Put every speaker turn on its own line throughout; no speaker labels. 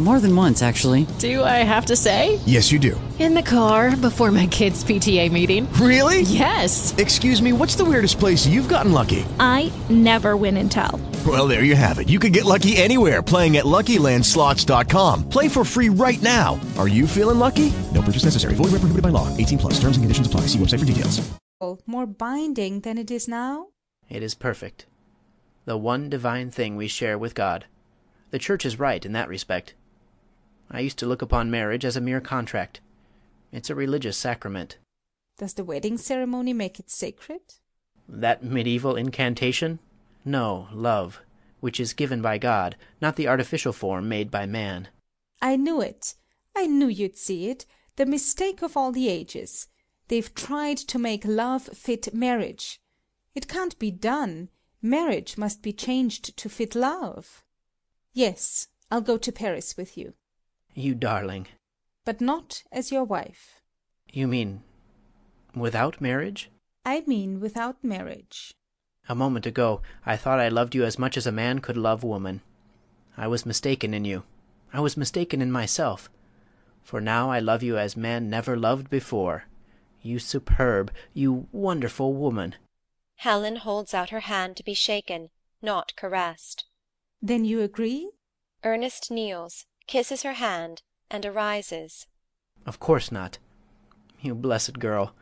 More than once, actually.
Do I have to say?
Yes, you do.
In the car before my kids' PTA meeting.
Really?
Yes.
Excuse me, what's the weirdest place you've gotten lucky?
I never win and tell.
Well, there you have it. You can get lucky anywhere playing at LuckyLandSlots.com. Play for free right now. Are you feeling lucky? No purchase necessary. Void where prohibited by law. 18 plus. Terms and conditions apply. See website for details.
more binding than it is now?
It is perfect. The one divine thing we share with God. The Church is right in that respect. I used to look upon marriage as a mere contract. It's a religious sacrament.
Does the wedding ceremony make it sacred?
That medieval incantation? No, love, which is given by God, not the artificial form made by man.
I knew it. I knew you'd see it. The mistake of all the ages. They've tried to make love fit marriage. It can't be done. Marriage must be changed to fit love. Yes, I'll go to Paris with you,
You darling.
but not as your wife.
You mean without marriage?
I mean without marriage.
A moment ago, I thought I loved you as much as a man could love woman. I was mistaken in you. I was mistaken in myself. For now I love you as man never loved before. You superb, you wonderful woman.
Helen holds out her hand to be shaken, not caressed.
Then you agree?
Ernest kneels, kisses her hand, and arises.
Of course not. You blessed girl.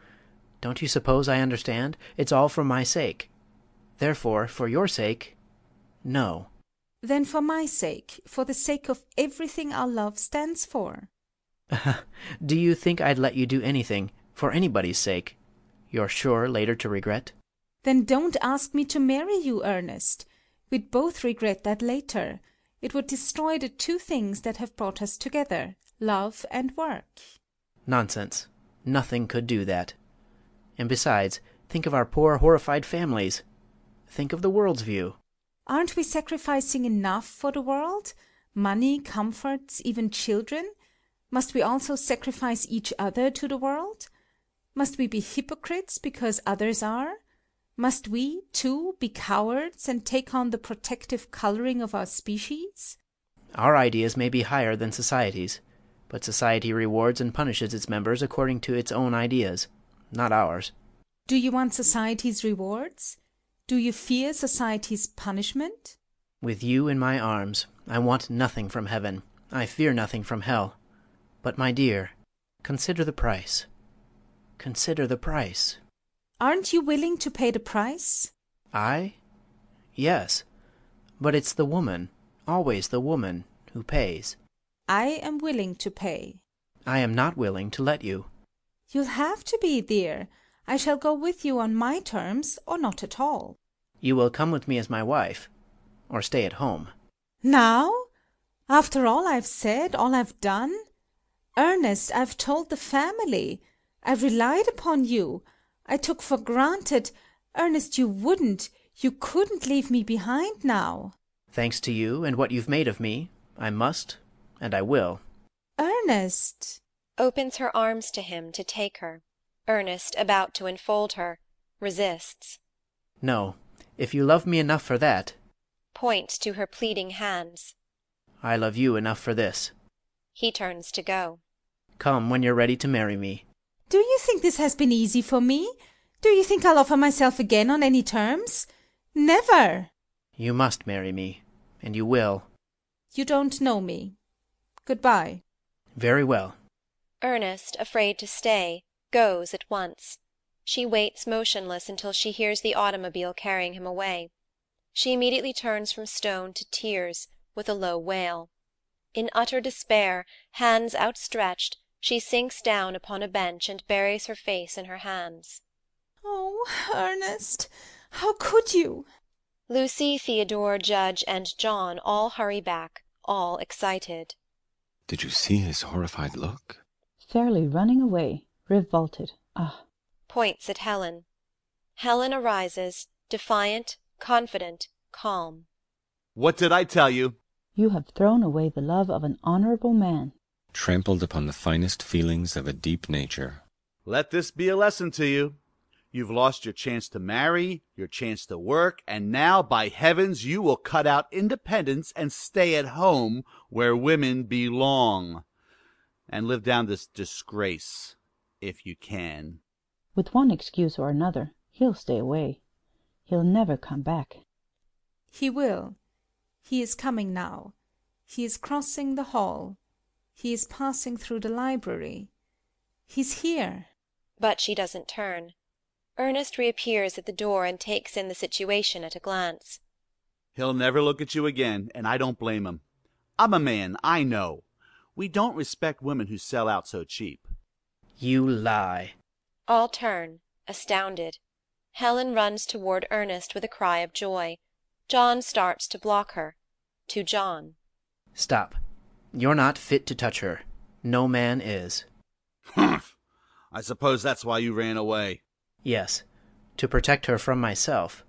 Don't you suppose I understand? It's all for my sake. Therefore, for your sake, no.
Then for my sake, for the sake of everything our love stands for.
Do you think I'd let you do anything, for anybody's sake, you're sure later to regret?
Then don't ask me to marry you, Ernest. We'd both regret that later. It would destroy the two things that have brought us together, love and work.
Nonsense. Nothing could do that. And besides, think of our poor horrified families. Think of the world's view.
Aren't we sacrificing enough for the world? Money, comforts, even children? Must we also sacrifice each other to the world? Must we be hypocrites because others are? Must we, too, be cowards and take on the protective coloring of our species?
Our ideas may be higher than society's, but society rewards and punishes its members according to its own ideas, not ours.
Do you want society's rewards? Do you fear society's punishment?
With you in my arms, I want nothing from heaven. I fear nothing from hell. But, my dear, consider the price. Consider the price.
Aren't you willing to pay the price?
I? Yes. But it's the woman, always the woman, who pays.
I am willing to pay.
I am not willing to let you.
You'll have to be, dear. I shall go with you on my terms or not at all.
You will come with me as my wife, or stay at home.
Now? After all I've said, all I've done? Ernest, I've told the family. I relied upon you. I took for granted, Ernest, you wouldn't, you couldn't leave me behind now.
Thanks to you and what you've made of me, I must, and I will.
Ernest!
Opens her arms to him to take her. Ernest, about to enfold her, resists.
No, if you love me enough for that,
Points to her pleading hands.
I love you enough for this.
He turns to go.
Come when you're ready to marry me.
Do you think this has been easy for me? Do you think I'll offer myself again on any terms? Never!
You must marry me, and you will.
You don't know me. Goodbye.
Very well.
Ernest, afraid to stay, goes at once. She waits motionless until she hears the automobile carrying him away. She immediately turns from stone to tears, with a low wail. In utter despair, hands outstretched, She sinks down upon a bench and buries her face in her hands.
Oh, Ernest, how could you?
Lucy, Theodore, Judge, and John all hurry back, all excited.
Did you see his horrified look?
Fairly running away, revolted. Ah,
Points at Helen. Helen arises, defiant, confident, calm.
What did I tell you?
you have thrown away the love of an honorable man.
Trampled upon the finest feelings of a deep nature.
Let this be a lesson to you. You've lost your chance to marry, your chance to work, and now, by heavens, you will cut out independence and stay at home where women belong. And live down this disgrace, if you can.
With one excuse or another, he'll stay away. He'll never come back.
He will. He is coming now. He is crossing the hall. He is passing through the library. He's here.
But she doesn't turn. Ernest reappears at the door and takes in the situation at a glance.
He'll never look at you again, and I don't blame him. I'm a man, I know. We don't respect women who sell out so cheap.
You lie.
All turn, astounded. Helen runs toward Ernest with a cry of joy. John starts to block her. To John.
Stop. You're not fit to touch her. No man is.
Humph! I suppose that's why you ran away.
Yes. To protect her from myself.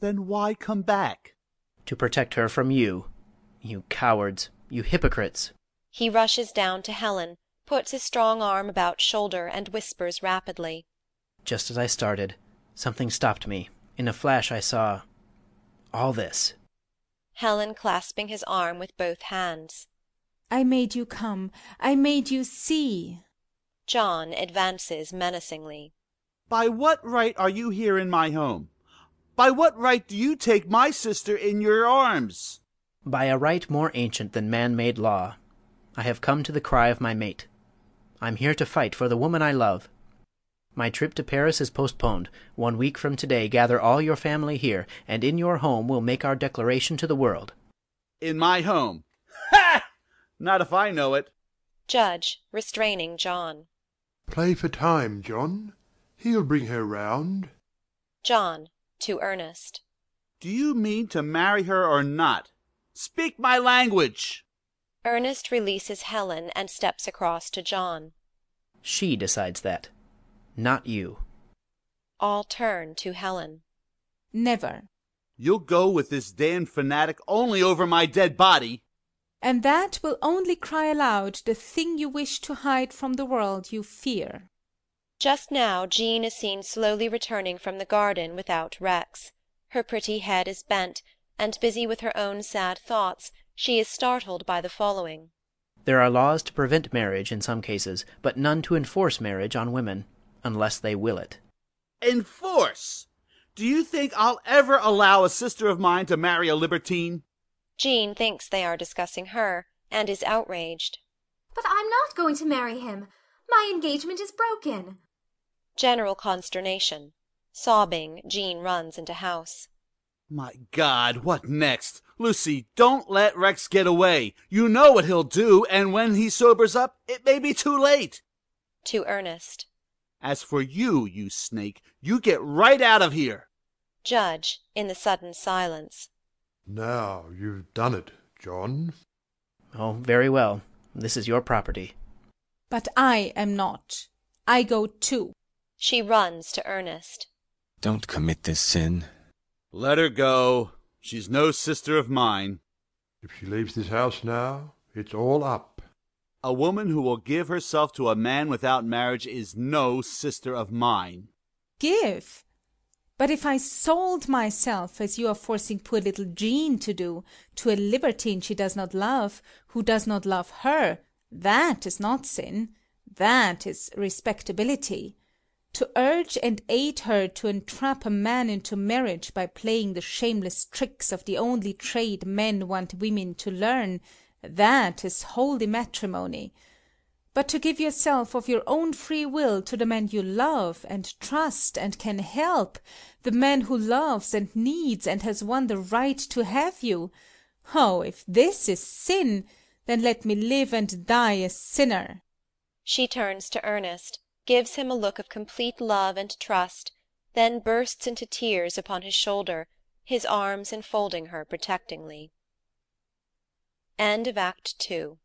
Then why come back?
To protect her from you. You cowards. You hypocrites.
He rushes down to Helen, puts his strong arm about shoulder, and whispers rapidly.
Just as I started, something stopped me. In a flash, I saw. all this.
Helen clasping his arm with both hands.
I made you come. I made you see.
John advances menacingly.
By what right are you here in my home? By what right do you take my sister in your arms?
By a right more ancient than man made law, I have come to the cry of my mate. I'm here to fight for the woman I love. My trip to Paris is postponed. One week from today, gather all your family here, and in your home we'll make our declaration to the world.
In my home. Ha! Not if I know it.
Judge restraining John.
Play for time, John. He'll bring her round.
John to Ernest.
Do you mean to marry her or not? Speak my language.
Ernest releases Helen and steps across to John.
She decides that. Not you.
All turn to Helen.
Never.
You'll go with this damned fanatic only over my dead body.
And that will only cry aloud the thing you wish to hide from the world you fear.
Just now Jean is seen slowly returning from the garden without Rex. Her pretty head is bent, and busy with her own sad thoughts, she is startled by the following.
There are laws to prevent marriage in some cases, but none to enforce marriage on women, unless they will it.
Enforce! Do you think I'll ever allow a sister of mine to marry a libertine?
Jean thinks they are discussing her, and is outraged.
But I'm not going to marry him. My engagement is broken.
General consternation. Sobbing, Jean runs into house.
My God, what next? Lucy, don't let Rex get away. You know what he'll do, and when he sobers up, it may be too late.
To Ernest.
As for you, you snake, you get right out of here.
Judge, in the sudden silence.
Now you've done it, John.
Oh, very well. This is your property.
But I am not. I go too.
She runs to Ernest.
Don't commit this sin.
Let her go. She's no sister of mine.
If she leaves this house now, it's all up.
A woman who will give herself to a man without marriage is no sister of mine.
Give. But if I sold myself, as you are forcing poor little Jean to do, to a libertine she does not love, who does not love her, that is not sin. That is respectability. To urge and aid her to entrap a man into marriage by playing the shameless tricks of the only trade men want women to learn, that is holy matrimony. But to give yourself of your own free will to the man you love and trust and can help, the man who loves and needs and has won the right to have you. Oh, if this is sin, then let me live and die a sinner.
She turns to Ernest, gives him a look of complete love and trust, then bursts into tears upon his shoulder, his arms enfolding her protectingly. End of Act Two